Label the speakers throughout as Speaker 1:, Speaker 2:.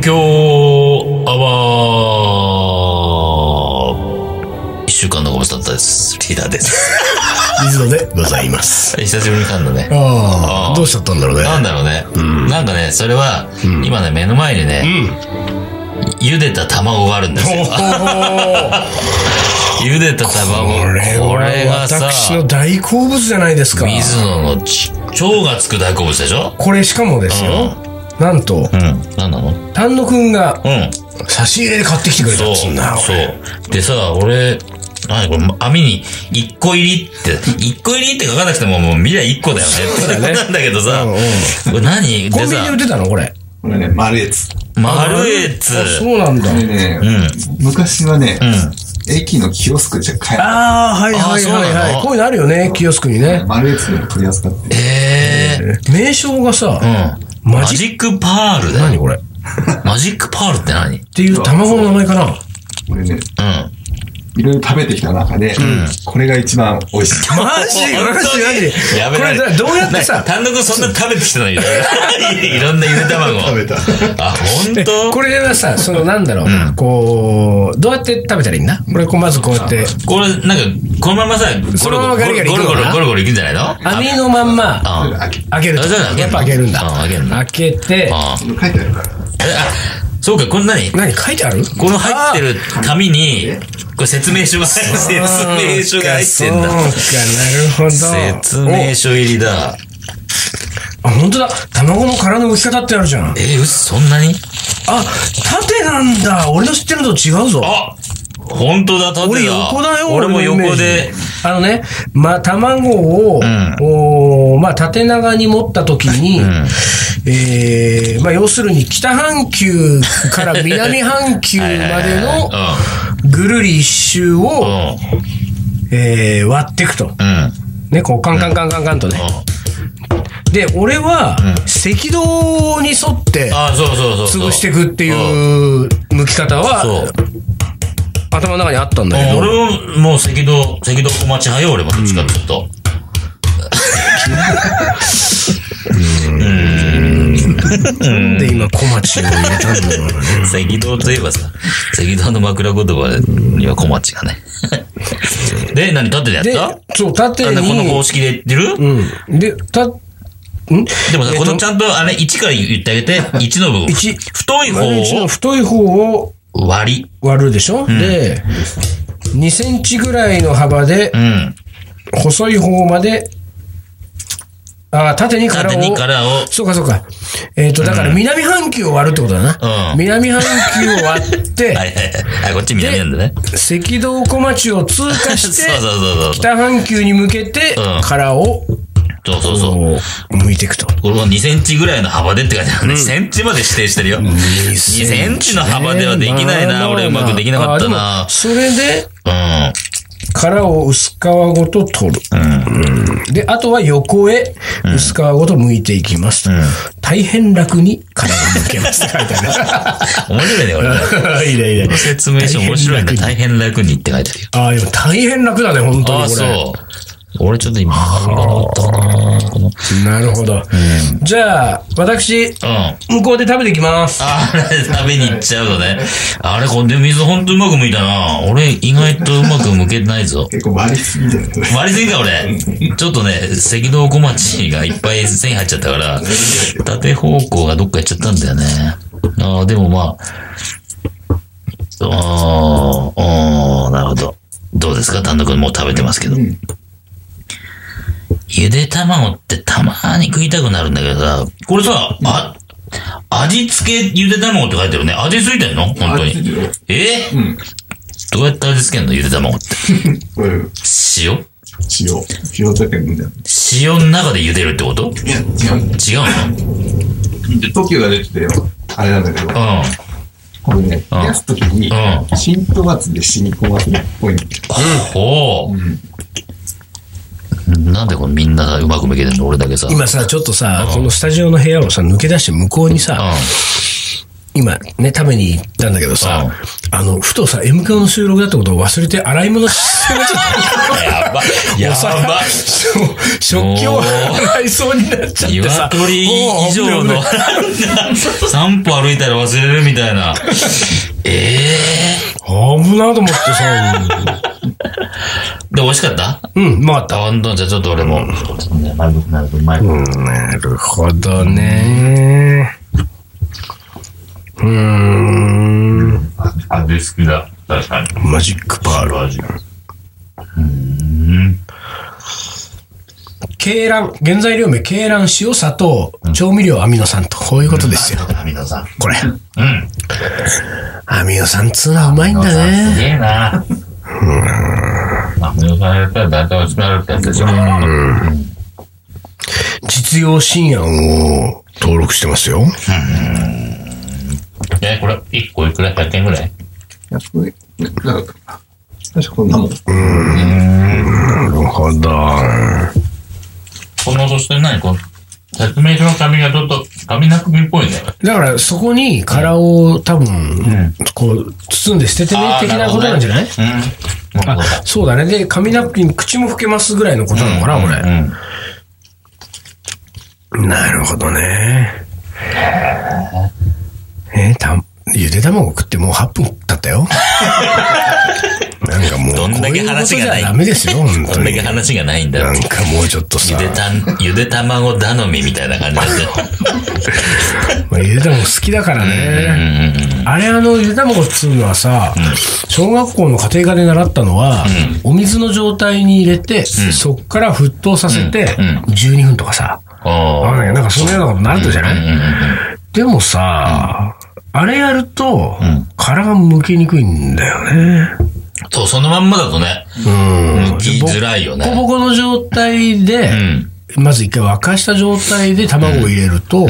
Speaker 1: 京アワー一週間のご無沙汰です。リーダーです。
Speaker 2: 水野でございます。
Speaker 1: 久しぶりに噛んだね。
Speaker 2: あ
Speaker 1: あー
Speaker 2: あ、どうしちゃったんだろうね。
Speaker 1: なんだろうね。なんかね、それは、
Speaker 2: ん
Speaker 1: 今ね、目の前にね、
Speaker 2: うん。
Speaker 1: 茹でた卵があるんですよ。
Speaker 2: お
Speaker 1: 茹でた卵。
Speaker 2: お、これ
Speaker 1: これ
Speaker 2: は
Speaker 1: がさ、
Speaker 2: 私の大好物じゃないですか。
Speaker 1: 水野のち腸がつく大好物でしょ
Speaker 2: これしかもですよ。なんと、
Speaker 1: うん。なんなのうん。
Speaker 2: 丹野くんが差し入れで買ってきてくれた
Speaker 1: そ
Speaker 2: っ
Speaker 1: う。
Speaker 2: つ
Speaker 1: そ
Speaker 2: うんだ。
Speaker 1: う。でさ、俺、何これ、網に1個入りって、1個入りって書かなくても、もう未来1個だよね。そう
Speaker 2: だね
Speaker 1: なんだけどさ、
Speaker 2: うんうん
Speaker 1: これ何
Speaker 2: コ
Speaker 1: で
Speaker 2: ンビニで売
Speaker 1: さ
Speaker 2: っ、てたのこれ。
Speaker 3: これね、丸いやつ。こ
Speaker 1: マルエッツ。
Speaker 2: あそうなんだ。
Speaker 3: れね、昔はね、駅のキオスクじゃ買えな
Speaker 2: ああ、はいはいはい
Speaker 1: あそうな
Speaker 2: は
Speaker 1: の
Speaker 2: い。こういうのあるよね、キオスクに
Speaker 3: い
Speaker 2: ね。
Speaker 3: 丸いやつでも取り扱ってる。
Speaker 1: ええ
Speaker 2: 名称がさ、
Speaker 1: うん。マ
Speaker 2: マ
Speaker 1: ジ
Speaker 2: ジ
Speaker 1: ックパールだ
Speaker 2: 何
Speaker 1: よ。
Speaker 2: これっ
Speaker 1: マジックパールって何うん。
Speaker 2: ていう卵の名前かな。
Speaker 3: 俺ね、いろいろ食べてきた中で、これが一番美味 しい。
Speaker 2: マジマジマジ
Speaker 1: やべ
Speaker 2: これ
Speaker 1: 何
Speaker 2: どうやって
Speaker 1: な
Speaker 2: さ、
Speaker 1: 単独そんな食べてきたのに。い ろいろいろんなゆで卵。
Speaker 3: 食べた。
Speaker 1: あ、本当
Speaker 2: これはさ、そのなんだろう、こう、どうやって食べたらいいんだこれこうまずこうやって、
Speaker 1: これ、なんか、このままさ、ゴ
Speaker 2: そ
Speaker 1: ロ
Speaker 2: のま
Speaker 1: ゴ
Speaker 2: まガ
Speaker 1: ロ、ゴ
Speaker 2: リガリ
Speaker 1: ロゴ
Speaker 2: いく
Speaker 1: ロ
Speaker 2: の
Speaker 1: ゴ
Speaker 2: か
Speaker 1: ロ
Speaker 2: な
Speaker 1: ゴロゴロいくんじゃないの
Speaker 2: 網のまんま、
Speaker 1: あうん
Speaker 3: 開け
Speaker 2: 開ける
Speaker 1: あ
Speaker 2: と。
Speaker 1: そうだ開ける
Speaker 2: やっぱ開けるんだ。
Speaker 1: うん開けるんだ
Speaker 2: 開けて、
Speaker 1: あ
Speaker 3: 書いてあるから。
Speaker 1: えあ、そうか、これ何
Speaker 2: 何書いてある
Speaker 1: この入ってる紙に、これ説明書が、説明書が入ってんだ。
Speaker 2: そうか、なるほど。
Speaker 1: 説明書入りだ。
Speaker 2: おあ、本当だ。卵の殻の剥き方ってあるじゃん。
Speaker 1: えー、うっそんなに
Speaker 2: あ、縦なんだ。俺の知ってるのと違うぞ。
Speaker 1: あ本当だ、縦だ。
Speaker 2: 俺横だよ。
Speaker 1: 俺も
Speaker 2: のイメ
Speaker 1: 横
Speaker 2: ージ
Speaker 1: で。。
Speaker 2: あのね、まあ、卵を、
Speaker 1: ん
Speaker 2: おーまあ、縦長に持った時に、えーまあ、要するに北半球から南半球までのぐるり一周
Speaker 1: うん。う
Speaker 2: を、
Speaker 1: ん。
Speaker 2: えー割っていくと。
Speaker 1: うん。
Speaker 2: ね、こう、カンカンカンカンカンとね。で、俺は、赤道に沿って
Speaker 1: あ、そうそうそうそう。
Speaker 2: 潰していくっていう剥き方は、
Speaker 1: そう。
Speaker 2: 頭の中にあったんだけど。
Speaker 1: 俺も、もう赤道、赤道小町派よ、俺もどっちかっていうと。
Speaker 2: なんで今小町を入れたんだろうね。
Speaker 1: 赤道といえばさ、赤道の枕言葉には小町 がね。で、何立ってやっ
Speaker 2: で
Speaker 1: た、
Speaker 2: そう、縦
Speaker 1: なん
Speaker 2: に。
Speaker 1: でこの方式で言ってる、
Speaker 2: うん。で、た、ん
Speaker 1: でもさ、
Speaker 2: えっ
Speaker 1: ことのちゃんとあれ1から言ってあげて、1の部分。
Speaker 2: 一
Speaker 1: 太い
Speaker 2: 丸一
Speaker 1: 方
Speaker 2: の
Speaker 1: を
Speaker 2: 太い方を
Speaker 1: 割り。
Speaker 2: 割るでしょ、で、2センチぐらいの幅で
Speaker 1: う、ん。
Speaker 2: 細い方まで、あー縦に殻を。
Speaker 1: 縦に殻を。
Speaker 2: そうかそうか。えっ、と、だから南半球を割るってことだな。
Speaker 1: うん
Speaker 2: 南半球を割って、
Speaker 1: はいはいはい。あこっち南なんだね。
Speaker 2: 赤道小町を通過
Speaker 1: そう
Speaker 2: し
Speaker 1: そう
Speaker 2: て、
Speaker 1: そうそう。
Speaker 2: 北半球に向けて
Speaker 1: うん、
Speaker 2: 殻を、
Speaker 1: そうそうそう。
Speaker 2: こう、向いていくと。
Speaker 1: これも2センチぐらいの幅でって感じだね。センチまで指定してるよ。2
Speaker 2: 2
Speaker 1: センチの幅ではできないな。俺うまくできなかった
Speaker 2: あで
Speaker 1: な
Speaker 2: も。それで、
Speaker 1: うん。
Speaker 2: 殻を薄皮ごと取る。うんで、あとは横へ薄皮ごと剥いていきますと。大変楽に殻が剥け ますって書いてあ
Speaker 1: 面白いね、これね。
Speaker 2: る。いいね、いいね。
Speaker 1: 説明書面白いね。大変楽にって書いて
Speaker 2: あ
Speaker 1: あるよ。
Speaker 2: あ、でも大変楽だね、本当
Speaker 1: ああ、
Speaker 2: にこ
Speaker 1: そ
Speaker 2: れ。
Speaker 1: う。俺ちょっと今、分かんなかったなこのうん。
Speaker 2: なるほど。じゃあ、私、
Speaker 1: あ
Speaker 2: 向こうで食べてきます。
Speaker 1: あれ、食べに行っちゃうのね。あれ、これで水ほんとうまく剥いたな。俺、意外とうまく剥けてないぞ。
Speaker 3: 結構割りすぎだよね。
Speaker 1: 割りすぎた俺。ちょっとね、赤道小町がいっぱい線入っちゃったから、縦方向がどっか行っちゃったんだよね。ああ、でもまあ、ああ、ああ、なるほど。どうですか単独もう食べてますけど。
Speaker 3: ん
Speaker 1: ゆで卵ってたまーに食いたくなるんだけどさ、これさ、あ、味付けゆで卵って書いてるね。味付いてんの本当
Speaker 3: 味付い
Speaker 1: に
Speaker 3: てるよ。
Speaker 1: え
Speaker 3: うん。
Speaker 1: どうやって味付けんのゆで卵って。
Speaker 3: これ、塩。
Speaker 1: 塩
Speaker 3: 塩だけみたいな。
Speaker 1: 塩の中で茹でるってこと
Speaker 3: いや、違うんだよ。
Speaker 1: 違うの
Speaker 3: トキオが出てたよ。あれなんだけど。
Speaker 1: うん。
Speaker 3: これね、冷やすときに
Speaker 1: う、
Speaker 3: 浸透圧で染み込ませるっぽいんだよ。
Speaker 1: ほう。なんでこれみんなさうまく向けてんの俺だけさ。
Speaker 2: 今さ、ちょっとさ、このスタジオの部屋をさ、抜け出して向こうにさ、
Speaker 1: う
Speaker 2: 今ね、食べに行ったんだけどさ、あの、ふとさ、M 響の収録だってことを忘れて洗い物してなっちゃった。
Speaker 1: やば、 や
Speaker 2: お皿
Speaker 1: ば。
Speaker 2: そう食器を洗いそうになっちゃってさ。
Speaker 1: 鶏以上の
Speaker 2: もう
Speaker 1: 散歩歩いたら忘れるみたいな。ええ
Speaker 2: 危ない危ないと思ってさ、
Speaker 1: ー。で、美味しかった
Speaker 2: うん、回った。
Speaker 1: あ、ほんと、じゃあちょっと俺も。丸くなるとうまい。
Speaker 2: なるほどね。うーん。
Speaker 1: 味好きだ。確かに。
Speaker 2: マジックパール。
Speaker 1: 味。うーん。
Speaker 2: 鶏卵、原材料名、鶏卵、塩、砂糖、調味料、アミノ酸と、こういうことですよ。
Speaker 1: アミノさん。
Speaker 2: これ。
Speaker 1: うん。
Speaker 2: アミノ酸っつうのはうまいんだ
Speaker 1: す
Speaker 2: ね。
Speaker 1: げえな。アミノさんやったら大体おしまるってやつでしょ。
Speaker 2: 実用新案を登録してますよ。
Speaker 1: え、これ、1個いくら ?100 円ぐらい
Speaker 3: やっぱり、なんか、確かこんなもん。
Speaker 2: なるほど。
Speaker 1: この、そして何この、説明書の紙がちょっと、紙なくみっぽいね。
Speaker 2: だから、そこに殻を多分、こう、包んで捨ててね、的なことなんじゃない
Speaker 1: うん。なる
Speaker 2: あ
Speaker 1: ほど、
Speaker 2: そうだね。で、紙ナプキン、口も拭けますぐらいのことなのかな、これ。
Speaker 1: うん。
Speaker 2: なるほどね。えーた、ゆで卵食ってもう8分経った よ。なんかもう、
Speaker 1: どんだけ
Speaker 2: こういうこと
Speaker 1: 話がない
Speaker 2: じゃダメですよ、本
Speaker 1: こ
Speaker 2: 当
Speaker 1: れ
Speaker 2: に。
Speaker 1: が話がないんだよ
Speaker 2: なんかもうちょっと
Speaker 1: ゆ
Speaker 2: さ、
Speaker 1: でたん、ゆで卵頼みみたいな感じだって。
Speaker 2: まあゆで卵好きだから
Speaker 1: う
Speaker 2: ね。
Speaker 1: ん。
Speaker 2: あれあの、ゆで卵っつうのはさ、小学校の家庭科で習ったのは、お水の状態に入れて、そっから沸騰させて、
Speaker 1: うんうん
Speaker 2: 12分とかさ、わかん
Speaker 1: あ
Speaker 2: ないけどなんかそのようなことになるとじゃない、
Speaker 1: あ。うん。
Speaker 2: でもさ、あれやると
Speaker 1: ん、
Speaker 2: 殻が剥けにくいんだよね。
Speaker 1: そう、そのまんまだとね、
Speaker 2: うん。
Speaker 1: 剥きづらいよ
Speaker 2: ボコ
Speaker 1: ね。
Speaker 2: ボコの状態で
Speaker 1: う、ん。
Speaker 2: まず一回沸かした状態で卵を入れると、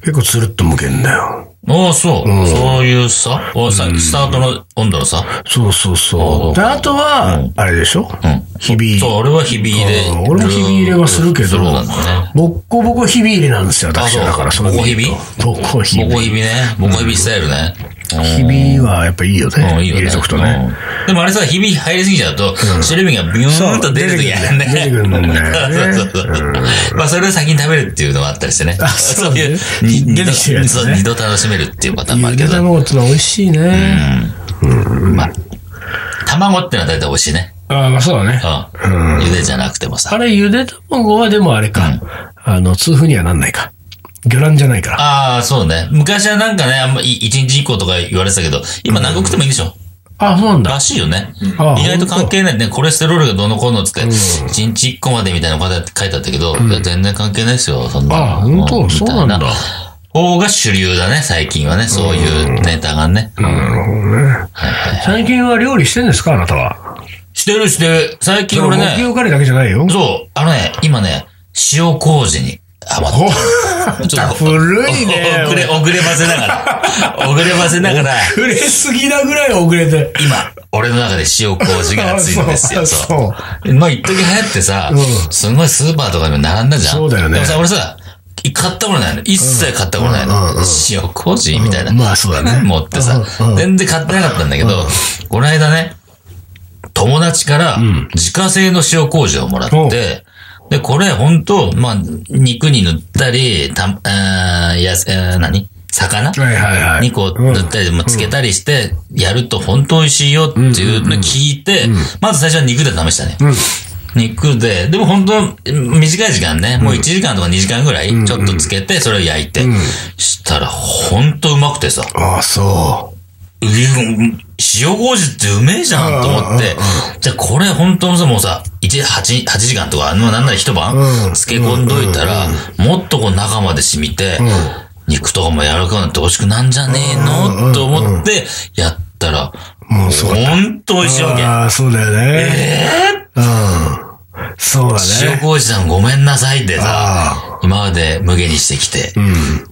Speaker 2: 結構つるっと剥けんだよ。
Speaker 1: ああ、そう。そういうさ、おさ、スタートの温度のさ。
Speaker 2: そうそう
Speaker 1: う
Speaker 2: そう。で、あとは、あれでしょ
Speaker 1: うん。
Speaker 2: ひび。
Speaker 1: そう、俺はひび入れ。
Speaker 2: うん俺もひび入れはするけど
Speaker 1: そうなんだね。
Speaker 2: ボッコボコひび入れなんですよ、私は。
Speaker 1: あそ
Speaker 2: だ
Speaker 1: う
Speaker 2: から、その
Speaker 1: ボコひび
Speaker 2: ボコひ
Speaker 1: ボコひ
Speaker 2: び。
Speaker 1: びね。ボコひびスタイルね。
Speaker 2: ひびはやっぱいいよ
Speaker 1: うん、
Speaker 2: ね。
Speaker 1: いいよね。
Speaker 2: 入れとくとね。
Speaker 1: うん。でもあれさ、ひび入りすぎちゃうと、白身がビューンと出るときあるね。
Speaker 2: そう出てくるんだよね
Speaker 1: そうそうそう。まあ、それを先に食べるっていうのもあったりしてね。そういう、に
Speaker 2: 出て
Speaker 1: 二度、
Speaker 2: きてるやつね
Speaker 1: そう二度楽しめるっていうパターンもあ
Speaker 2: ゆ
Speaker 1: るけ
Speaker 2: で
Speaker 1: ど。
Speaker 2: 卵ってのは美味しいね。
Speaker 1: まあ、卵ってのは大体美味しいね。
Speaker 2: ああ、まあそうだね。
Speaker 1: うん。茹でじゃなくてもさ。
Speaker 2: あれ、ゆで卵はでもあれか。あの、痛風にはなんないか。魚卵じゃないから。
Speaker 1: ああ、そうね。昔はなんかね、あんま、い一日一個とか言われてたけど、今何個食ってもいいんでしょ
Speaker 2: あ、そうなんだ。
Speaker 1: らしいよね。意
Speaker 2: ああ
Speaker 1: 外と関係ないね。コレステロールがどうのこうのっつって、1日1個までみたいなこと書いてあったけど、いや全然関係ないですよ、そんな。
Speaker 2: ああ本当
Speaker 1: も
Speaker 2: そうなんだ
Speaker 1: みたい方が主流だね、最近はね。そういうネタがね。
Speaker 2: 最近は料理してんですかあなたは。
Speaker 1: してるしてる。最近
Speaker 2: そ
Speaker 1: 俺
Speaker 2: れ木
Speaker 1: ね、
Speaker 2: 曜カレーだけじゃないよ。
Speaker 1: そう、あのね、今ね、塩麹にハマってる。ちょっと
Speaker 2: 古いね
Speaker 1: 遅れ、遅ればせながら。遅ればせながら、
Speaker 2: 遅れすぎなぐらい遅れて。
Speaker 1: 今、俺の中で塩麹が熱いんですよ。
Speaker 2: あ
Speaker 1: そう
Speaker 2: そうあ
Speaker 1: まあ、一時流行ってさ、
Speaker 2: うん
Speaker 1: すごいスーパーとかにも並んだじゃん。
Speaker 2: そうだよね
Speaker 1: でもさ、俺さ、買ったことないの。一切買ったことないの。塩麹みたいな。
Speaker 2: うんまあそうだね
Speaker 1: 持ってさ、
Speaker 2: うんうん
Speaker 1: 全然買ってなかったんだけど、この間ね、友達から自家製の塩麹をもらって、
Speaker 2: おう
Speaker 1: で、これ本当まあ、肉に塗ったり、た、えー、やす、えー、何魚
Speaker 2: はいはいはい。
Speaker 1: 2個塗ったり、まあつけたりして、やると本当美味しいよっていうのを聞いて、まず最初は肉で試したね。肉で、でも本当短い時間ね、もう1時間とか2時間ぐらい、ちょっとつけて、それを焼いて、したら本当うまくてさ、
Speaker 2: ああ、そう
Speaker 1: うん塩麹ってうめえじゃんと思って、じゃあこれ本当にさ、もうさ、1、8、8時間とか、もうなんなら一晩
Speaker 2: うん、
Speaker 1: 漬け込んどいたら、もっとこう中まで染みて、肉とかも柔らかくなって美味しくなんじゃねえのと思って、やったら、
Speaker 2: う。もうそうだ。
Speaker 1: 本当美味しいわけ。
Speaker 2: ああ、そうだよね。
Speaker 1: え
Speaker 2: うん。そうだ
Speaker 1: ー、塩
Speaker 2: ね。
Speaker 1: 麹さんごめんなさいってさ
Speaker 2: あ、
Speaker 1: 今まで無下にしてきて、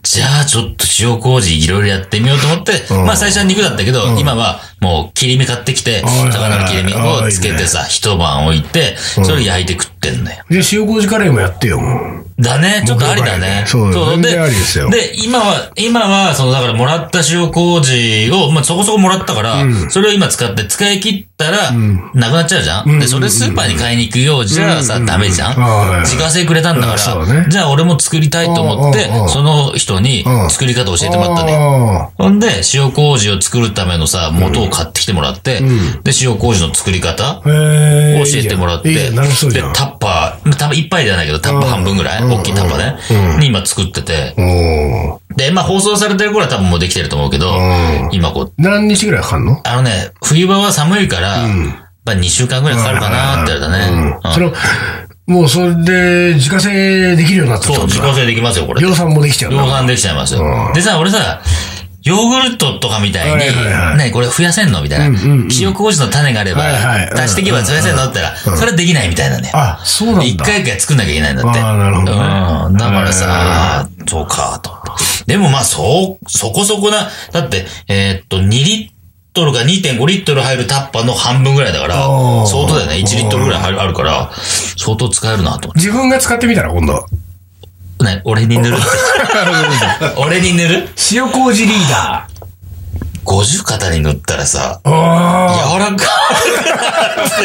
Speaker 1: じゃあちょっと塩麹いろいろやってみようと思って、まあ最初は肉だったけど、今はもう切り身買ってきて、
Speaker 2: はいはい
Speaker 1: 魚の切り身をつけてさ、一晩置いて、それ焼いて食ってんだよ。
Speaker 2: じゃあ塩麹カレーもやってよ、もう。
Speaker 1: だね。ちょっとありだね。
Speaker 2: そう全然ありですよ
Speaker 1: で、今は、今は、その、だから、もらった塩麹を、まあ、そこそこもらったから、それを今使って、使い切ったら、なくなっちゃうじゃん。で、それスーパーに買いに行くようじゃさ、ダメじゃ
Speaker 2: うんはい
Speaker 1: ん。自家製くれたんだか
Speaker 2: そうね
Speaker 1: ら、じゃあ俺も作りたいと思って
Speaker 2: うんうんうん、
Speaker 1: その人に
Speaker 2: うん
Speaker 1: 作り方教えてもらったね。
Speaker 2: あ
Speaker 1: ほんで、塩麹を作るためのさ、元を買ってきてもらって、で、塩��麹の作り
Speaker 2: あ。
Speaker 1: 方、
Speaker 2: へ
Speaker 1: 教えてもらって、
Speaker 2: いいじゃんいいじゃん楽しそうじ
Speaker 1: で、
Speaker 2: ゃん。
Speaker 1: タッパー、タッパー一杯じゃないけど、タッパー半分ぐらい、
Speaker 2: うん
Speaker 1: 大きいタッパーね、に今作ってて、
Speaker 2: おー
Speaker 1: で、まあ放送されてる頃は多分もうできてると思うけど、今こう、
Speaker 2: 何日ぐらいかかんの
Speaker 1: あのね、冬場は寒いから、まあ2週間ぐらいかかるかなってやつだね。うん
Speaker 2: それをもうそれで自家製できるようになったって
Speaker 1: そう、
Speaker 2: こと
Speaker 1: 自
Speaker 2: だ
Speaker 1: 家製できますよ、これ。
Speaker 2: 量
Speaker 1: 量
Speaker 2: 産もできちゃうな。
Speaker 1: 産できちゃいますよ。でさ、俺さ、ヨーグルトとかみたい
Speaker 2: はいはいは
Speaker 1: に、ね、これ増やせんのみたいな。塩麹の種があれば
Speaker 2: はいはい、うん
Speaker 1: 足していけば増やせんのって言ったら、それはできないみたいなね。
Speaker 2: あ、そうなんだ。
Speaker 1: 一回一回作んなきゃいけないんだって。
Speaker 2: あーなるほどね
Speaker 1: うん。だからさ、そうか、と。でもまあ、そう、そこそこな、だって、えーっと、2リットルか2.5リットル入るタッパーの半分ぐらいだから
Speaker 2: あー、
Speaker 1: 相当だよね。1リットルぐらい入るあるから、相当使えるなと思
Speaker 2: 自分が使ってみたら今度。
Speaker 1: って。ね、俺に 塗る俺に塗る
Speaker 2: 塩麹リーダ
Speaker 1: ?50 肩に塗ったらさ、
Speaker 2: ー。あ
Speaker 1: 柔らか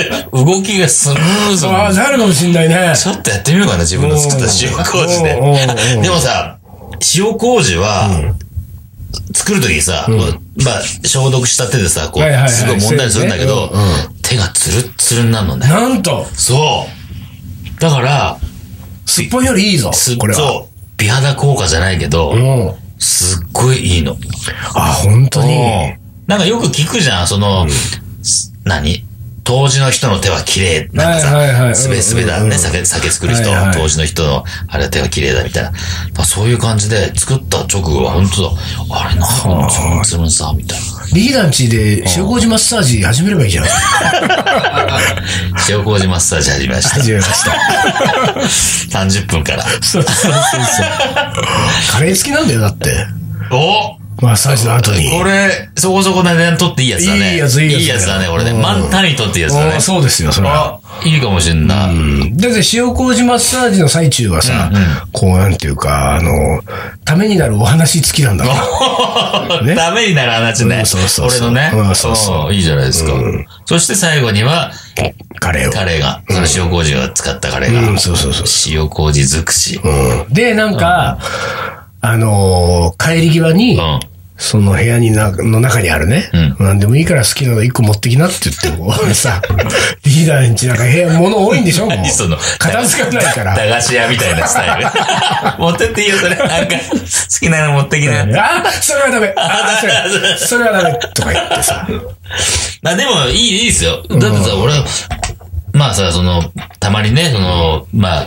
Speaker 1: い動きがスムーズ
Speaker 2: ー
Speaker 1: に
Speaker 2: あー、なるかもしんないね。
Speaker 1: ちょっとやってみようかな、自分の作った塩麹で
Speaker 2: おーおーおー。
Speaker 1: でもさ、塩麹は、作るときさ、まあ、消毒した手でさ、こ、
Speaker 2: はいはいうはい
Speaker 1: すごい問題にするんだけど
Speaker 2: そうねう、
Speaker 1: 手がツルッツルになるのね。
Speaker 2: なんと、
Speaker 1: そう。だから、
Speaker 2: すっぽんよりいいぞ
Speaker 1: すっ。
Speaker 2: これは。
Speaker 1: と、美肌効果じゃないけど、
Speaker 2: うん。
Speaker 1: すっごいいいの。
Speaker 2: あ、本当に。
Speaker 1: なんかよく聞くじゃん、その、す何当時の人の手は綺麗。な
Speaker 2: は
Speaker 1: ん
Speaker 2: いはいは
Speaker 1: か
Speaker 2: い
Speaker 1: さ、すべすべだ
Speaker 2: うんうんう
Speaker 1: ね、
Speaker 2: ん
Speaker 1: 酒、酒作る人
Speaker 2: はいは、い
Speaker 1: 当時の人の、あれは手は綺麗だみたいな。まあそういう感じで、作った直後は本当だ。あれなんか、ツルンツルンさ、み たい
Speaker 2: リーダーんちで塩麹マッサージ始めればい いじゃん。
Speaker 1: な。塩麹マッサージ始めまし
Speaker 2: めました。
Speaker 1: た。30分から。
Speaker 2: そうそうそうそう。カレー付きなんだよ、だって。
Speaker 1: お
Speaker 2: マッサージの後に。
Speaker 1: これ、そこそこな値段取っていいやつだね。
Speaker 2: いいやついいやつ
Speaker 1: いいやつだね、俺ね。
Speaker 2: うん
Speaker 1: 満タンに取っていいやつだ
Speaker 2: あ
Speaker 1: ね
Speaker 2: ー。そうですよ、それは。
Speaker 1: あ、いいかもしんない。
Speaker 2: だって塩麹マッサージの最中はさ、こうなんていうか、あの、ためになるお話付きなんだから。ね
Speaker 1: ダメになる話
Speaker 2: う
Speaker 1: ね
Speaker 2: んそうそう。そう
Speaker 1: 俺のね。
Speaker 2: うんそうそ
Speaker 1: うんいいじゃないですか。そして最後には、
Speaker 2: カレーを。
Speaker 1: カレーが、その塩麹を使ったカレーが
Speaker 2: うん、、そうそうそう。
Speaker 1: 塩麹尽くし。うん。
Speaker 2: うんで、なんか、あのー帰り際に、その部屋にな、の中にあるね、
Speaker 1: う
Speaker 2: なんでもいいから好きなの一個持ってきなって言って、こうさ、リーダーんちなんか部屋、物多いんでしょも う
Speaker 1: その、
Speaker 2: 片付かない から。
Speaker 1: 駄菓子屋みたいなスタイル。 持ってっていいよ、それ。なんか、好きなの持ってきな。
Speaker 2: あそれはダメあそれは それはダメとか言ってさ。
Speaker 1: まあでも、いい、いいですよ。だってさ、俺、まあさ、その、たまにね、その、まあ、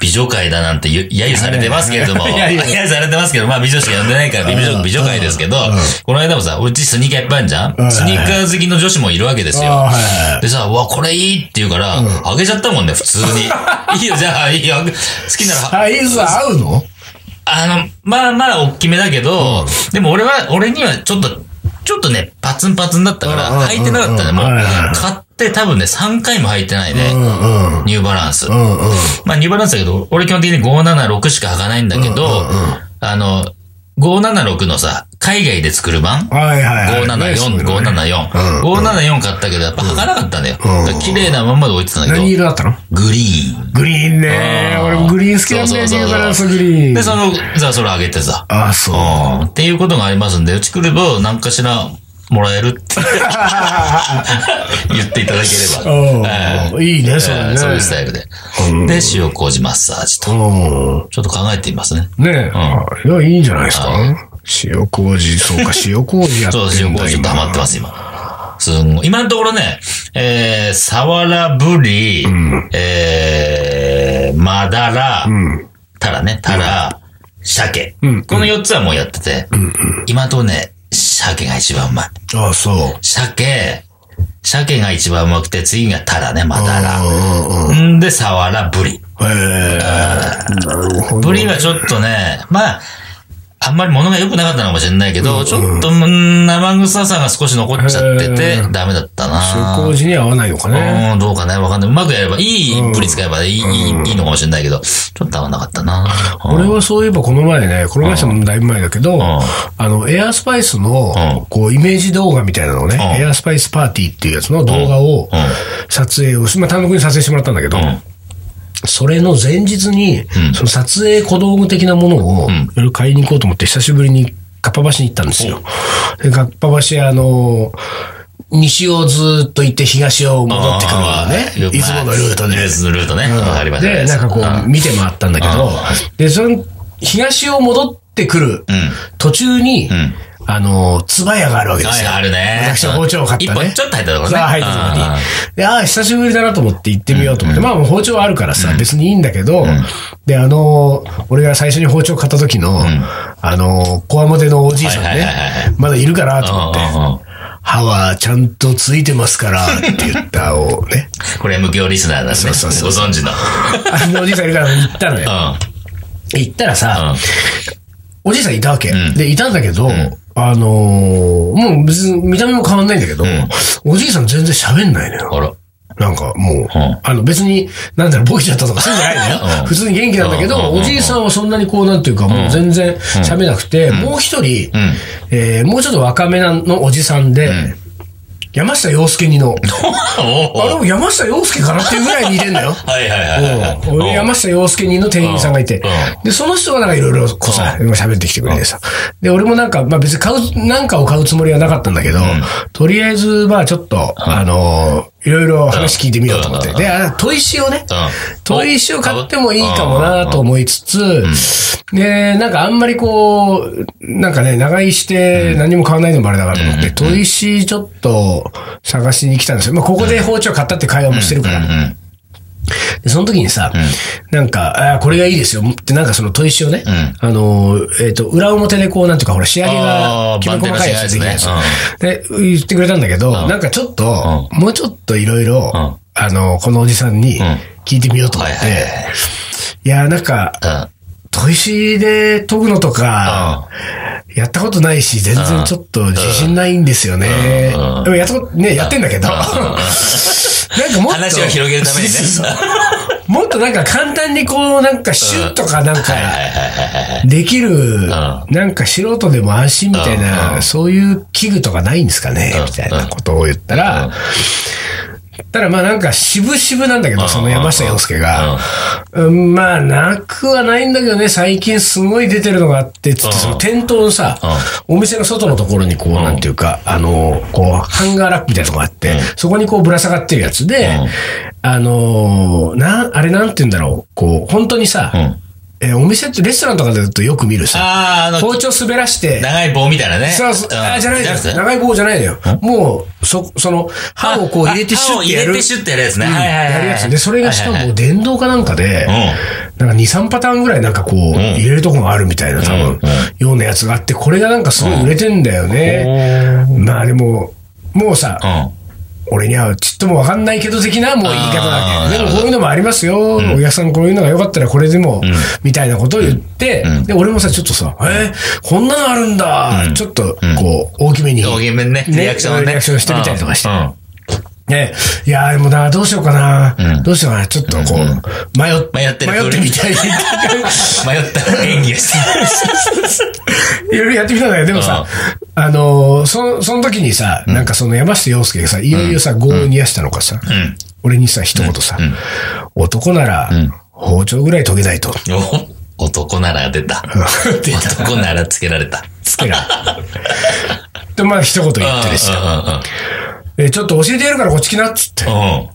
Speaker 1: 美女会だなんてゆ、揶揄されてますけれど も、
Speaker 2: いやい
Speaker 1: 揶
Speaker 2: や
Speaker 1: 揄されてますけど、まあ美女しか呼んでないから、美女、美女会ですけど、この間もさ、うちスニーカーいっぱいあるじゃ
Speaker 2: うん
Speaker 1: んスニーカー好きの女子もいるわけです
Speaker 2: あ
Speaker 1: よ。
Speaker 2: はいはいはい
Speaker 1: でさ、うわ、これいいって言うから、あげちゃったもんね、普通 に。いいよ、じゃあ、いいよ、好きなら
Speaker 2: あ、いつ合うの
Speaker 1: あの、まあまあ、大きめだけど、でも俺は、俺にはちょっと、ちょっとね、パツンパツンだったから
Speaker 2: うんうんうん、
Speaker 1: 履いてなかったね。もう
Speaker 2: はいはい、
Speaker 1: 買って多分ね、3回も履いてない
Speaker 2: うん
Speaker 1: ね。
Speaker 2: うん。
Speaker 1: ニューバランス。
Speaker 2: うんうん。
Speaker 1: まあ、ニューバランスだけど、俺基本的に576しか履かないんだけど、あの、576のさ、海外で作る版
Speaker 2: はいはいはい。
Speaker 1: 574、574。574買ったけど、やっぱ履かなかったんだよ。だから綺麗なまんまで置いてたんだけど
Speaker 2: 何、色だったの
Speaker 1: グリーン。
Speaker 2: グリーンね。
Speaker 1: うん
Speaker 2: 俺もグリーン好きなんだよ、
Speaker 1: そうそうそ
Speaker 2: ニ
Speaker 1: う
Speaker 2: ューバランスグリーン。
Speaker 1: で、その、さ、それあげてさ。
Speaker 2: あ、そう。
Speaker 1: うんっていうことがありますんで、うち来れば何かしらもらえるって 言っていただければ。
Speaker 2: うんいいね、それ
Speaker 1: え
Speaker 2: ね。
Speaker 1: ーそういうスタイルで。で、塩麹マッサージと。
Speaker 2: うん。
Speaker 1: ちょっと考えてみますね。
Speaker 2: ねえ。いや、いいんじゃないですか。塩麹、 そうか、塩麹やって
Speaker 1: そう、
Speaker 2: る
Speaker 1: 塩
Speaker 2: んだ
Speaker 1: 麹ちょっとハマってます、今。すんごい。今のところね、えー、サワラブリ、えー、マダラ、タラね、タラ、鮭。この4つはもうやってて、今のところね、鮭が一番うまい。
Speaker 2: あ、そう。
Speaker 1: 鮭、鮭が一番うまくて、次がタラね、マダラ。
Speaker 2: うんうん。
Speaker 1: んで、サワラ、ブリ。
Speaker 2: へえ。なるほど。
Speaker 1: ブリはちょっとね、まあ、あんまり物が良くなかったのかもしれないけど、ちょっとうん生臭さが少し残っちゃってて
Speaker 2: へ、ー
Speaker 1: ダメだったな。
Speaker 2: 食事には合わないのかね。
Speaker 1: うん、どうかね、わかんない。うまくやれば、いいプリ使えばいい、いい、いいのかもしれないけど、ちょっと合わなかったな。うん
Speaker 2: 俺はそういえばこの前ね、この前してもだいぶ前だけど、あの、エアスパイス
Speaker 1: うん
Speaker 2: の、こう、イメージ動画みたいなのをね、
Speaker 1: うん
Speaker 2: エアスパイスパーティーっていうやつの動画を
Speaker 1: うん
Speaker 2: 撮影をし、まあ、単独に撮影してもらったんだけど、
Speaker 1: ん
Speaker 2: それの前日に、その撮影小道具的なものを、いろいろ買いに行こうと思って、久しぶりにかっぱ橋に行ったんですよ。で、かっぱ橋、あの、西をずっと行って東を戻ってくるのがね、いつものルートで。
Speaker 1: いつものルートね。わかりました。
Speaker 2: で、なんかこう、見て回ったんだけ
Speaker 1: う
Speaker 2: ど
Speaker 1: ん、
Speaker 2: で、その、東を戻ってくる
Speaker 1: ん
Speaker 2: 途中に
Speaker 1: ん、
Speaker 2: あの、つばやがあるわけで
Speaker 1: は
Speaker 2: す
Speaker 1: い、
Speaker 2: よ。
Speaker 1: あるね。
Speaker 2: 私は包丁を買った
Speaker 1: 一
Speaker 2: ね。
Speaker 1: 本ちょっと入ったところね。
Speaker 2: さあ入ったところ
Speaker 1: うん
Speaker 2: に。で、ああ、久しぶりだなと思って行ってみようと思って。まあ、もう包丁はあるからさ、別にいいんだけど、で、あのー、俺が最初に包丁買った時の、あのー、こわもてのおじいさん
Speaker 1: はいはい
Speaker 2: ね
Speaker 1: はいはい、
Speaker 2: まだいるかなと思って
Speaker 1: うんうんうん、
Speaker 2: 歯はちゃんとついてますから、って言ったを ね、
Speaker 1: これ、無教リスナーだね。
Speaker 2: そうそう
Speaker 1: ご存 知の。
Speaker 2: あのおじいさんいるから行ったのよ。
Speaker 1: う
Speaker 2: 行ったらさ、おじいさんいたわけ。
Speaker 1: ん
Speaker 2: で、いたんだけど、あのーもう別に見た目も変わんないんだけど、おじいさん全然喋んないのよ。
Speaker 1: ん。あら。
Speaker 2: なんかもう、
Speaker 1: ん
Speaker 2: あの別に、なんだろう、ボケちゃったとかそういうんじゃないのよ。
Speaker 1: うん
Speaker 2: 普通に元気なんだけ
Speaker 1: うん
Speaker 2: ど、
Speaker 1: うんうん
Speaker 2: おじいさんはそんなにこう、なんていうか、もう全然喋れなくて、もう一人、えーもうちょっと若めなのおじさんで、山下洋介にの、
Speaker 1: お
Speaker 2: あ
Speaker 1: お
Speaker 2: れも山下洋介かなっていうぐらい似てんだよ。
Speaker 1: はいはいはいはい。
Speaker 2: うん俺、山下洋介人の店員さんがいて
Speaker 1: う、
Speaker 2: で、その人がなんかいろいろこうさ、喋ってきてくれてさ、で、俺もなんか、まあ別に買う、なんかを買うつもりはなかったんだけど、とりあえず、まあちょっと、あのー、いろいろ話聞いてみようと思って。で、あ砥石をね、砥石を買ってもいいかもなと思いつつ、で、なんかあんまりこう、なんかね、長居して何も買わないのもあれだからと思って、砥石ちょっと探しに来たんですよ。まあここで包丁買ったって会話もしてるから。で、その時にさ、なんか、あーこれがいいですよって、なんかその砥石をね、あのー、えっ、と、裏表でこう、なんていうか、ほら、仕上げ
Speaker 1: あ
Speaker 2: が
Speaker 1: ー、
Speaker 2: きめ細かいやつできるやつ
Speaker 1: 番
Speaker 2: で、言ってくれたんだけど、なんかちょっと、もうちょっといろいろ、
Speaker 1: ん
Speaker 2: あのー、このおじさんに聞いてみようと思って、
Speaker 1: はいはいはい
Speaker 2: いやー、なんか、
Speaker 1: うん。
Speaker 2: 砥石で研ぐのとか、やったことないし、全然ちょっと自信ないんですよね。でもやったこと、ね、やってんだけど。なんかもっと。
Speaker 1: 話を広げるためにね
Speaker 2: そうそうそうもっとなんか簡単にこう、なんかシュッとかなんか、できる、なんか素人でも安心みたいな、そういう器具とかないんですかねみたいなことを言ったら、ただまあなんか渋々なんだけど、その山下洋介が、うんまあなくはないんだけどね、最近すごい出てるのがあって、つってその店頭のさ、お店の外のところにこう、なんていうか、あの、こう、ハンガーラップみたいなのがあって、そこにこうぶら下がってるやつで、あの、な、あれなんて言うんだろう、こう、本当にさ、えーお店ってレストランとかだとよく見るさ、
Speaker 1: あー、あの、
Speaker 2: 包丁滑らして、
Speaker 1: 長い棒みたいなね。
Speaker 2: そうそう、
Speaker 1: ん
Speaker 2: あ、じゃないのよ
Speaker 1: くて。
Speaker 2: 長い棒じゃないのよ。もう、そ、その、歯をこう入れてシュッてや
Speaker 1: あ歯を入れ
Speaker 2: る
Speaker 1: て。シュッてやるやつね。
Speaker 2: うん
Speaker 1: はいはいはい。
Speaker 2: やるやつ。で、それがしかも電動かなんかで、なんか2、3パターンぐらいなんかこう、入れるとこがあるみたいな、多分、ようなやつがあって、これがなんかすごい売れてんだよね。まあでも、もうさ、
Speaker 1: うん。
Speaker 2: 俺にはちっともわかんないけど的なもう言い方
Speaker 1: あ
Speaker 2: だ
Speaker 1: ー
Speaker 2: けでもこういうのもありますよ。お客さんこういうのが良かったらこれでも、みたいなことを言って、で、俺もさ、ちょっとさ、えーこんなのあるんだ、ちょっと、こう、大きめに。
Speaker 1: 大きめにね、
Speaker 2: ね
Speaker 1: リアクションをね。
Speaker 2: リアクションしてみたりとかして
Speaker 1: うんうん
Speaker 2: ね、いやー、でもな、どうしようかな。どうしようかな。ちょっとこう、迷っ
Speaker 1: 迷ってる
Speaker 2: 迷ってみたい。
Speaker 1: 迷った演技をして。
Speaker 2: いろいろやってみたんだけど、でもさ、あのー、そ、その時にさ、なんかその山下洋介がさ、いよいよさ、業を煮やしたのかさ、俺にさ、一言さ、男なら、包丁ぐらい研げないと。
Speaker 1: お男なら 出た。
Speaker 2: って言った。
Speaker 1: 男ならつけられた。
Speaker 2: つ けら。で、まあ一言言ってですよ。え、ちょっと教えてやるからこっち来なっつって
Speaker 1: う。んうんうんうん。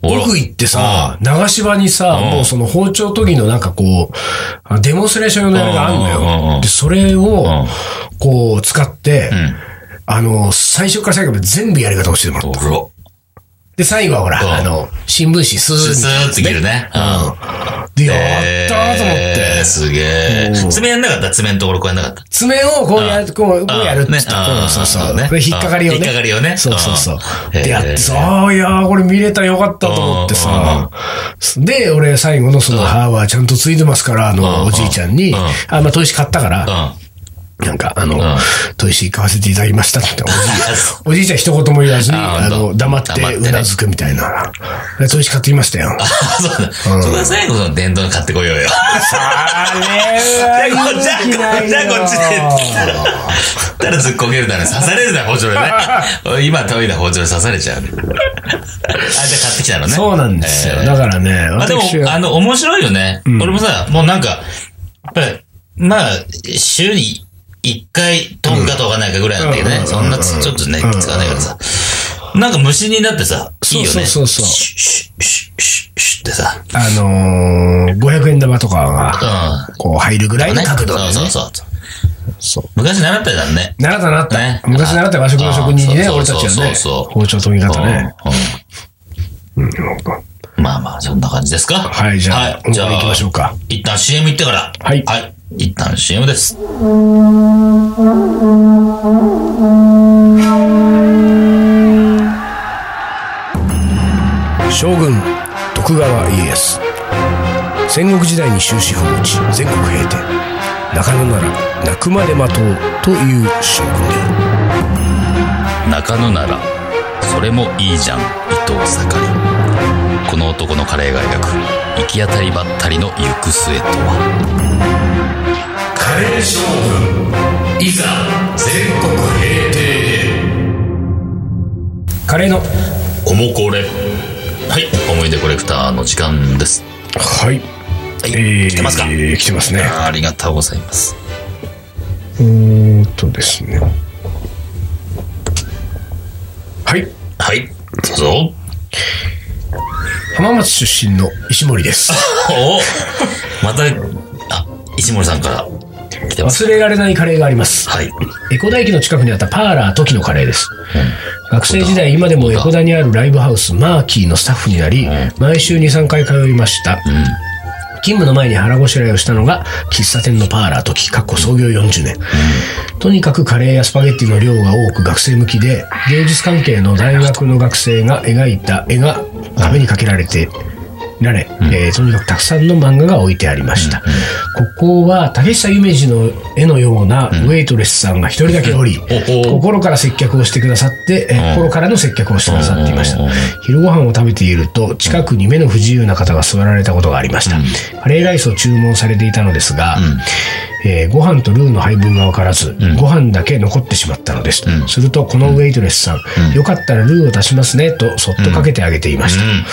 Speaker 1: おら
Speaker 2: 僕行ってさ、長芝にさ、もうその包丁研ぎのなんかこうあ、デモンストレーション用のやつがある
Speaker 1: うんうん
Speaker 2: の
Speaker 1: うん
Speaker 2: よ。で、それを、こう、使って、あの、最初から最後まで全部やり方教えてもらっ
Speaker 1: お
Speaker 2: た。
Speaker 1: ろ。
Speaker 2: で、最後はほ
Speaker 1: うん
Speaker 2: ら、あの、新聞紙スーッ
Speaker 1: スーッて切るね。うん。
Speaker 2: で、やったーと思っ
Speaker 1: えー
Speaker 2: て。
Speaker 1: すげえ。爪やんなかった爪のところこうやんなかった。
Speaker 2: 爪をこうやる、こう、こうやるって言った
Speaker 1: うんねうん
Speaker 2: そうそうう。
Speaker 1: んね
Speaker 2: これ引っかかりをね。
Speaker 1: うん引っかかりをね
Speaker 2: そうそうそう
Speaker 1: うん。
Speaker 2: で、やってさ、
Speaker 1: へ
Speaker 2: ああ、いやーこれ見れたらよかったと思ってさ。で、俺 最後のその、歯はちゃんとついてますから、あの、おじいちゃんに、あ、まあ、砥石買ったから、
Speaker 1: うん。
Speaker 2: なんか、あの、砥石買わせていただきましたっておじい、おじいちゃん一言も言わずに、あの、黙ってうなずくみたいな。砥石買ってきましたよ。
Speaker 1: そうだ。そこは最後の電動買ってこようよ。
Speaker 2: あれ
Speaker 1: じゃあ、じゃあ、じゃあこっちで。たらずっこけるだろ、刺されるだろ、包丁でね。今研いだ包丁で刺されちゃう。あ、じゃあ買ってきたのね。
Speaker 2: そうなんですよ。だからね。
Speaker 1: まあでも、あの、面白いよね。俺もさ、もうなんか、やっぱり、まあ、週に、一回飛ぶか飛ばないかぐらいだったけどね。そんなちょっとね、使わないからさ。なんか虫になってさ、いいよね。
Speaker 2: そうそうそう。
Speaker 1: シュシュシュシュシュってさ。
Speaker 2: あのー、500円玉とかが、こう入るぐらいの角度で、ね。
Speaker 1: そうそうそう。そう昔習ったじゃんね。
Speaker 2: 習ったなった。昔習った和食の職人にね、俺たちはね、包丁研ぎ方ね。
Speaker 1: うん。まあまあ、そんな感じですか。
Speaker 2: はい、じゃあ、じゃあ行きましょうか。
Speaker 1: 一旦 CM 行ってから。
Speaker 2: はい。
Speaker 1: はい。一旦 CM です。
Speaker 2: 将軍徳川家康戦国時代に終止符を打ち全国平定中野なら泣くまで待とうという将軍で
Speaker 1: ある中野ならそれもいいじゃん伊藤盛この男のカレーが描く行き当たりばったりの行く末とは
Speaker 4: カレー将軍いざ全国平定へ
Speaker 2: カレーの
Speaker 1: おもこれはい思い出コレクターの時間です
Speaker 2: はい、
Speaker 1: はいえー、来てますか、え
Speaker 2: ー、来てますね
Speaker 1: ありがとうございます
Speaker 2: えーっとですねはい
Speaker 1: はいどうぞ
Speaker 2: 浜松出身の石森です
Speaker 1: おまたあ石森さんから
Speaker 2: 忘れられないカレーがあります。
Speaker 1: はい。
Speaker 2: エコダ駅の近くにあったパーラー時のカレーです。うん、学生時代、今でもエコダにあるライブハウス、マーキーのスタッフになり、うん、毎週2、3回通いました。うん、勤務の前に腹ごしらえをしたのが、喫茶店のパーラー時、かっこ創業40年。とにかくカレーやスパゲッティの量が多く学生向きで、芸術関係の大学の学生が描いた絵が壁にかけられて、られ、うん、えー、とにかくたくさんの漫画が置いてありました。うんうん、ここは竹下夢二の絵のようなウェイトレスさんが一人だけおり、うん、心から接客をしてくださって、うん、え心からの接客をしてくださっていました。昼ご飯を食べていると、近くに目の不自由な方が座られたことがありました。カレーライスを注文されていたのですが、えー、ご飯とルーの配分が分からず、うん、ご飯だけ残ってしまったのです。うん、すると、このウェイトレスさん、うん、よかったらルーを足しますね、とそっとかけてあげていました。うん、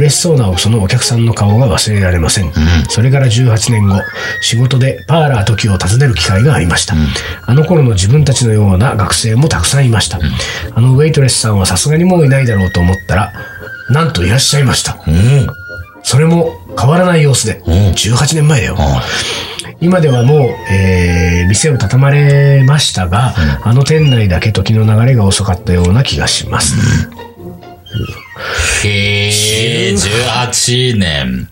Speaker 2: 嬉しそうなそのお客さんの顔が忘れられません。それから18年後、仕事でパーラー時を訪ねる機会がありました。あの頃の自分たちのような学生もたくさんいました。あのウェイトレスさんはさすがにもういないだろうと思ったら、なんといらっしゃいました。それも変わらない様子で、18年前だよ。今ではもう、えー、店を畳まれましたが、うん、あの店内だけ時の流れが遅かったような気がします。
Speaker 1: へえ、18年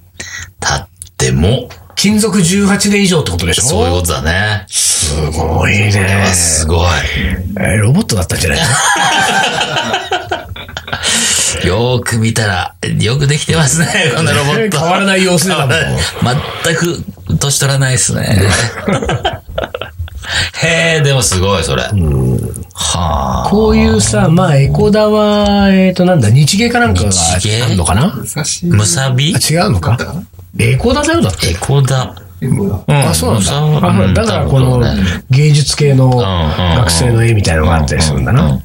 Speaker 1: 経っても。
Speaker 2: 勤続18年以上ってことでしょ
Speaker 1: そういうことだね。
Speaker 2: すごいね。
Speaker 1: すごい。
Speaker 2: えー、ロボットだったんじゃない
Speaker 1: よーく見たら、よくできてますね、このロボット。
Speaker 2: 変わら ない様子だ もん。
Speaker 1: 全く、年取らないですね。へえ、でもすごい、それ。は
Speaker 2: あ。こういうさ、まあ、エコダは、えっ、ー、と、なんだ、日芸かなんかがあるのかな
Speaker 1: むさび
Speaker 2: 違うのかエコダだよ、だって。
Speaker 1: エコダ。
Speaker 2: あ、そうなんだ。だから、この、芸術系の学生の絵みたいなのがあったりするんだな。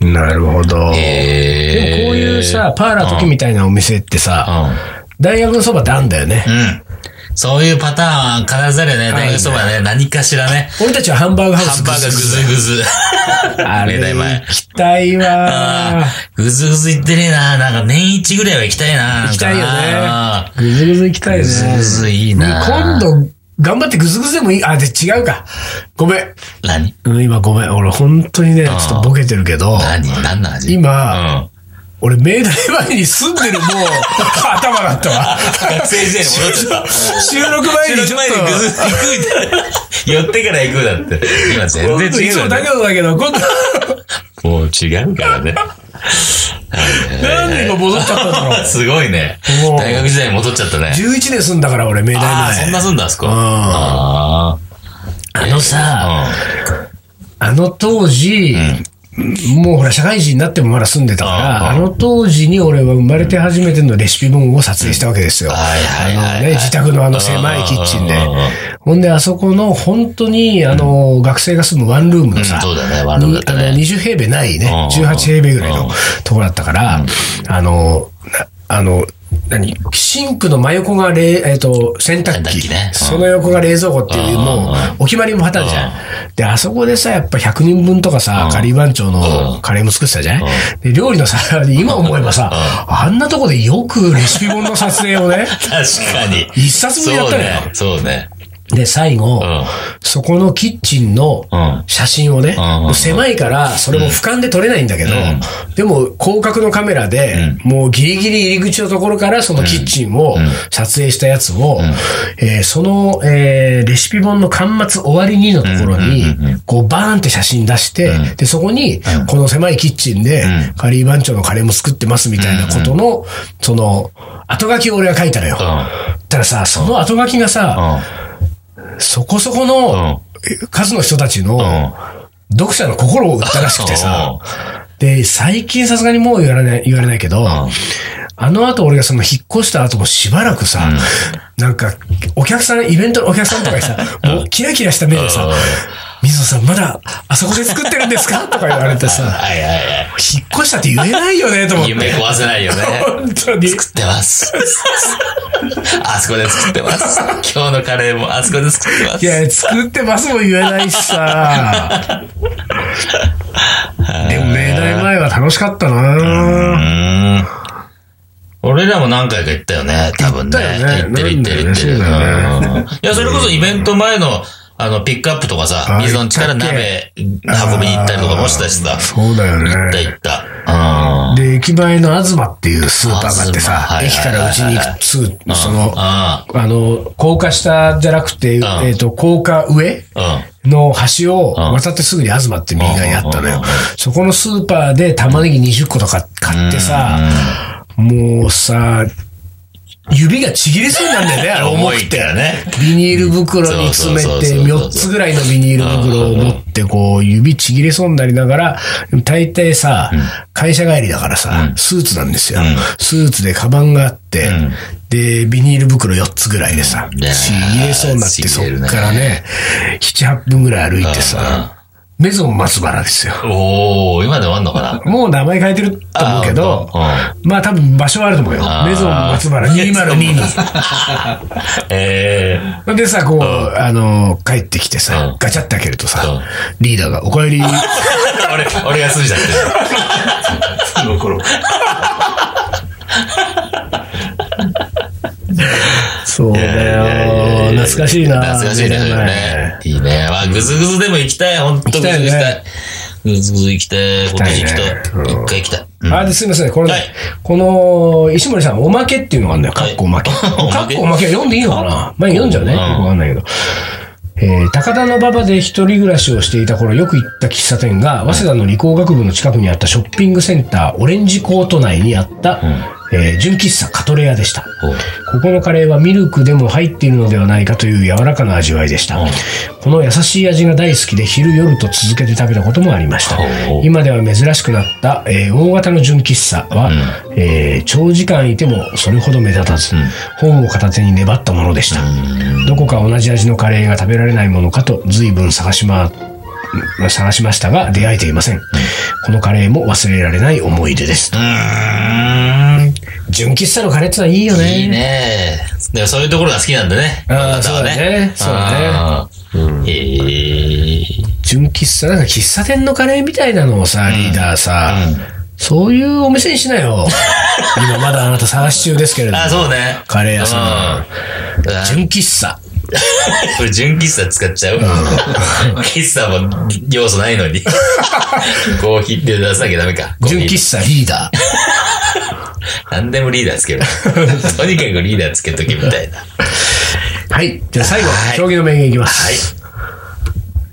Speaker 2: なるほど。ー、
Speaker 1: え
Speaker 2: でもこういうさ、パーラー時みたいなお店ってさ、うん、大学のそばってあんだよね。
Speaker 1: うん。そういうパターンは必ずあるよね。大学そばね、何かしらね。
Speaker 2: 俺たちはハンバーグハウス。
Speaker 1: ハンバーググズグズ。
Speaker 2: あれ、行きたいわ。
Speaker 1: グズグズ行ってねえな。なんか年一ぐらいは行きたいな。
Speaker 2: 行きたいよね。グズグズ行きたいね。グ
Speaker 1: ズグズいいな。
Speaker 2: 今度、頑張ってグズグズでもいい。あ、で、違うか。ごめん。
Speaker 1: 何
Speaker 2: うん、今ごめん。俺、本当にね、ちょっとボケてるけど。
Speaker 1: 何何の味
Speaker 2: 今、うん俺、明大前に住んでるもう、頭だった わ。
Speaker 1: 学生時代に戻っちゃった。
Speaker 2: 収録前にちょっと。
Speaker 1: 行くみたいな。寄ってから行くだって。今全然違う、
Speaker 2: ね。そうだけどだけど、今
Speaker 1: 度。もう違うから ね。
Speaker 2: 何年も戻っちゃ ったんだろう。
Speaker 1: すごいね。大学時代に戻っちゃったね。
Speaker 2: 11年住んだから俺、明大前。
Speaker 1: そんな住んだんすかああ。
Speaker 2: あのさ、あの当時、もうほら、社会人になってもまだ住んでたから、あの当時に俺は生まれて初めてのレシピ本を撮影したわけですよ。
Speaker 1: はいはいはい
Speaker 2: あのね、自宅のあの狭いキッチンで
Speaker 1: うんうんうんうん。
Speaker 2: ほんで、あそこの本当に、あの、学生が住むワンルームのさ、
Speaker 1: うんそうだねワンルームだったね
Speaker 2: にあの20平米ないね、
Speaker 1: うんうん
Speaker 2: 18平米ぐらいのところだったから、あの、なあの、何シンクの真横がれ、えっ、と、洗
Speaker 1: 洗
Speaker 2: 濯
Speaker 1: 濯
Speaker 2: 機。
Speaker 1: 機ねうん
Speaker 2: その横が冷蔵庫っていう、
Speaker 1: うん
Speaker 2: もう、お決まりもパターンじゃん
Speaker 1: うん。
Speaker 2: で、あそこでさ、やっぱ100人分とかさ、カリー番長
Speaker 1: う
Speaker 2: の
Speaker 1: ん
Speaker 2: カレーも作ってたじゃない、、
Speaker 1: う
Speaker 2: で、
Speaker 1: ん
Speaker 2: 料理のさ、 今思えばさ、あんなとこでよくレシピ本の撮影をね、
Speaker 1: 確かに。
Speaker 2: 一冊分やったのよ。
Speaker 1: そうね。そうね。
Speaker 2: で、最後、
Speaker 1: うん
Speaker 2: そこのキッチンの
Speaker 1: うん
Speaker 2: 写真をね、
Speaker 1: うんうんうん
Speaker 2: もう狭いから、それも俯瞰で撮れないんだけど、
Speaker 1: う
Speaker 2: でも広角のカメラで、もうギリギリ入り口のところからそのキッチンを撮影したやつを、えーその、えーレシピ本の端末終わりにのところに、こうバーンって写真出して、で、そこに、この狭いキッチンで、カリー番長のカレーも作ってますみたいなことの、その、後書きを俺が書いたのよ。たらさ、その後書きがさ、そこそこの数の人たちの読者の心を打ったらしくてさ、で、最近さすがにもう言われない、言われないけど、あの後俺がその引っ越した後もしばらくさ、なんか、お客さん、イベントのお客さんとかにさ、もうキラキラした目でさ
Speaker 1: うん、
Speaker 2: 水野さんまだあそこで作ってるんですかとか言われてさ、
Speaker 1: はいはいは
Speaker 2: 引っ越したって言えないよね、と思っ
Speaker 1: い。
Speaker 2: て。
Speaker 1: 夢壊せないよね。
Speaker 2: 本当に。
Speaker 1: 作って ます。あそこで作ってます。今日のカレーもあそこで作ってま
Speaker 2: い
Speaker 1: す。
Speaker 2: や、作ってますも言えないし さ。でも、明大前は楽しかった
Speaker 1: う
Speaker 2: な
Speaker 1: ーん俺らも何回か行ったよね、多分ね。
Speaker 2: 行ったよね
Speaker 1: 行ってる行ってる行ってる。う
Speaker 2: なんだよね
Speaker 1: んいや、それこそイベント前の、あの、ピックアップとか
Speaker 2: あ
Speaker 1: さ、水の力鍋運びに行ったりとかもしたしさ。
Speaker 2: そうだよ
Speaker 1: 行った
Speaker 2: ね。
Speaker 1: 行った。うん。
Speaker 2: で、駅前の東っていうスーパーがあって
Speaker 1: 東
Speaker 2: さ
Speaker 1: は、い
Speaker 2: 駅からうちに行く、すぐ、その、
Speaker 1: あ
Speaker 2: あの、高架下じゃなくて、えっと、高架上
Speaker 1: あ、
Speaker 2: の橋を渡ってすぐに東って右側にあったの
Speaker 1: うん
Speaker 2: よ。そこのスーパーで玉ねぎ20個とか買ってさ、もうさ、指がちぎれそうになんだよね、あ
Speaker 1: う
Speaker 2: れ
Speaker 1: ん。
Speaker 2: 重
Speaker 1: 重
Speaker 2: く
Speaker 1: い
Speaker 2: て
Speaker 1: か。らね。
Speaker 2: ビニール袋に詰め
Speaker 1: そうそう
Speaker 2: て、
Speaker 1: そうそ
Speaker 2: 4
Speaker 1: う
Speaker 2: つぐらいのビニール袋を持って、こう、指ちぎれそうになりながら、でも大抵さ、会社帰りだからさ、スーツなんですよ。スーツでカバンがあって、で、ビニール袋4つぐらいでさ、ち
Speaker 1: ね
Speaker 2: ぎれそうになって、
Speaker 1: ち
Speaker 2: そ
Speaker 1: ぎれる
Speaker 2: っ
Speaker 1: ね
Speaker 2: からね、7、8分ぐらい歩いてさ、メゾン松原ですよ。
Speaker 1: おー、今でもあんのかな
Speaker 2: もう名前変えてると思うけど、
Speaker 1: あ
Speaker 2: まあ多分場所はあると思うよ
Speaker 1: あ。ー
Speaker 2: メゾン松原202に。
Speaker 1: え え
Speaker 2: でさ、こう、あの、帰ってきてさ、
Speaker 1: うん
Speaker 2: ガチャって開けると
Speaker 1: うん
Speaker 2: さ、リーダーが、お帰り、
Speaker 1: 俺、俺が住んじゃってる。
Speaker 3: その頃。
Speaker 2: そうだよ、懐かしいな。
Speaker 1: 懐かしいね、それね。いいね。わ、ぐずぐずでも行きたい。ほんと、ぐずぐず行きたい。ぐずぐず行きたい。今年行きたい。一回行きたい。うん
Speaker 2: あ、ですいません、これね
Speaker 1: はい
Speaker 2: この、石森さん、おまけっていうのがあるんだよ。か
Speaker 1: はい
Speaker 2: っこおまけ。か
Speaker 1: おま
Speaker 2: っ
Speaker 1: け
Speaker 2: こおまけは読んでいいのかな前に読んじゃうね。
Speaker 1: うん
Speaker 2: よくわかんないけど。えー高田の馬場で一人暮らしをしていた頃よく行った喫茶店が、早稲田の理工学部の近くにあったショッピングセンター、オレンジコート内にあった、えー純喫茶カトレアでした。
Speaker 1: ほう
Speaker 2: ここのカレーはミルクでも入っているのではないかという柔らかな味わいでした。この優しい味が大好きで昼夜と続けて食べたこともありました
Speaker 1: ほ。う
Speaker 2: 今では珍しくなった、えー大型の純喫茶は、えー長時間いてもそれほど目立たず、本を片手に粘ったものでした。どこか同じ味のカレーが食べられないものかと随分探しま、探しましたが出会えていません。このカレーも忘れられない思い出です。
Speaker 1: うーん。
Speaker 2: 純喫茶のカレーってのはいいよね。
Speaker 1: いいね。でもそういうところが好きなんだね。
Speaker 2: あー
Speaker 1: あなたは
Speaker 2: そうだ
Speaker 1: うんへえ。
Speaker 2: 純喫茶、なんか喫茶店のカレーみたいなのをさ、リーダーさ、そういうお店にしな よ。今まだあなた探し中ですけれども。
Speaker 1: あ、そうね。
Speaker 2: カレー屋さ
Speaker 1: うん。うわ
Speaker 2: 純喫茶。
Speaker 1: これ純喫茶使っちゃう 喫茶も要素ない のに。コーヒーって出さなきゃダメか。
Speaker 2: 純喫茶リーダー。
Speaker 1: 何でもリーダーつ ける。とにかくリーダーつけとけみたいな。
Speaker 2: はい。じゃあ最後
Speaker 1: は、い
Speaker 2: 将棋の名言いきます。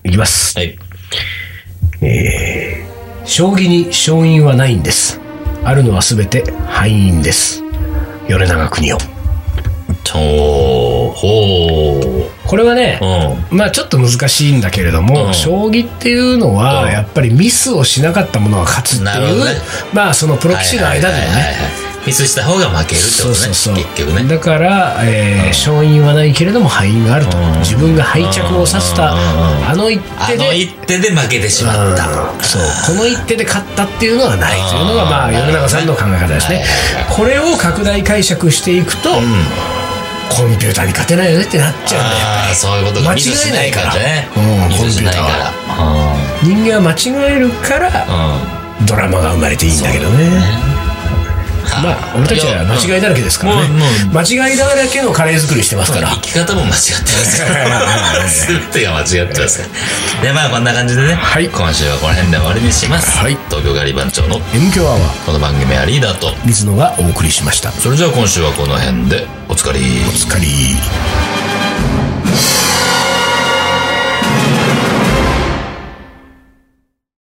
Speaker 2: い。きます。
Speaker 1: はい。
Speaker 2: 将棋に勝因はないんです。あるのはすべて敗因です。米長国を。
Speaker 1: とー、ほー。
Speaker 2: ここれはね、まあちょっと難しいんだけれども、
Speaker 1: うん
Speaker 2: 将棋っていうのは、
Speaker 1: うん
Speaker 2: やっぱりミスをしなかったものが勝つって
Speaker 1: なるほ
Speaker 2: い
Speaker 1: ど
Speaker 2: う、
Speaker 1: ね
Speaker 2: まあそのプロ棋士の間でも
Speaker 1: はいはい
Speaker 2: ね
Speaker 1: はいはいミスした方が負けるってことね。結局ね。
Speaker 2: だから、えー勝因はないけれども敗因があると、自分が敗着をさせた、あの一
Speaker 1: あ
Speaker 2: 手で
Speaker 1: の一手で負けてしまった。
Speaker 2: うんそうこの一手で勝ったっていうのはないというのが
Speaker 1: うん
Speaker 2: まあ米長さんの考え方ですねこれを拡大解釈していくと、コンピューターに勝てないよねってなっちゃうんだよ
Speaker 1: ああ、そういうこと
Speaker 2: 間
Speaker 1: が。
Speaker 2: 違
Speaker 1: ミスし
Speaker 2: え
Speaker 1: な
Speaker 2: ない
Speaker 1: い
Speaker 2: か
Speaker 1: かららね。
Speaker 2: うん
Speaker 1: ミスしないか
Speaker 2: コンピュー
Speaker 1: ら。うん
Speaker 2: 人間は間違えるから
Speaker 1: う
Speaker 2: ドラマが生まれていいんだけどねまあ俺たちは間違いだらけですからね
Speaker 1: もうもう
Speaker 2: 間違いだらけのカレー作りしてますか
Speaker 1: ん
Speaker 2: ら
Speaker 1: 生き方も 間違ってますから。全てが間違ってますから。で、まあこんな感じでね、
Speaker 2: はい
Speaker 1: 今週はこの辺で終わりにします。
Speaker 2: はい
Speaker 1: 東京ガリバン長の
Speaker 2: M 強アワー
Speaker 1: この番組はリーダーと。
Speaker 2: 水野がお送りしました
Speaker 1: それじゃあ今週はこの辺で、おつかり。
Speaker 2: お疲れ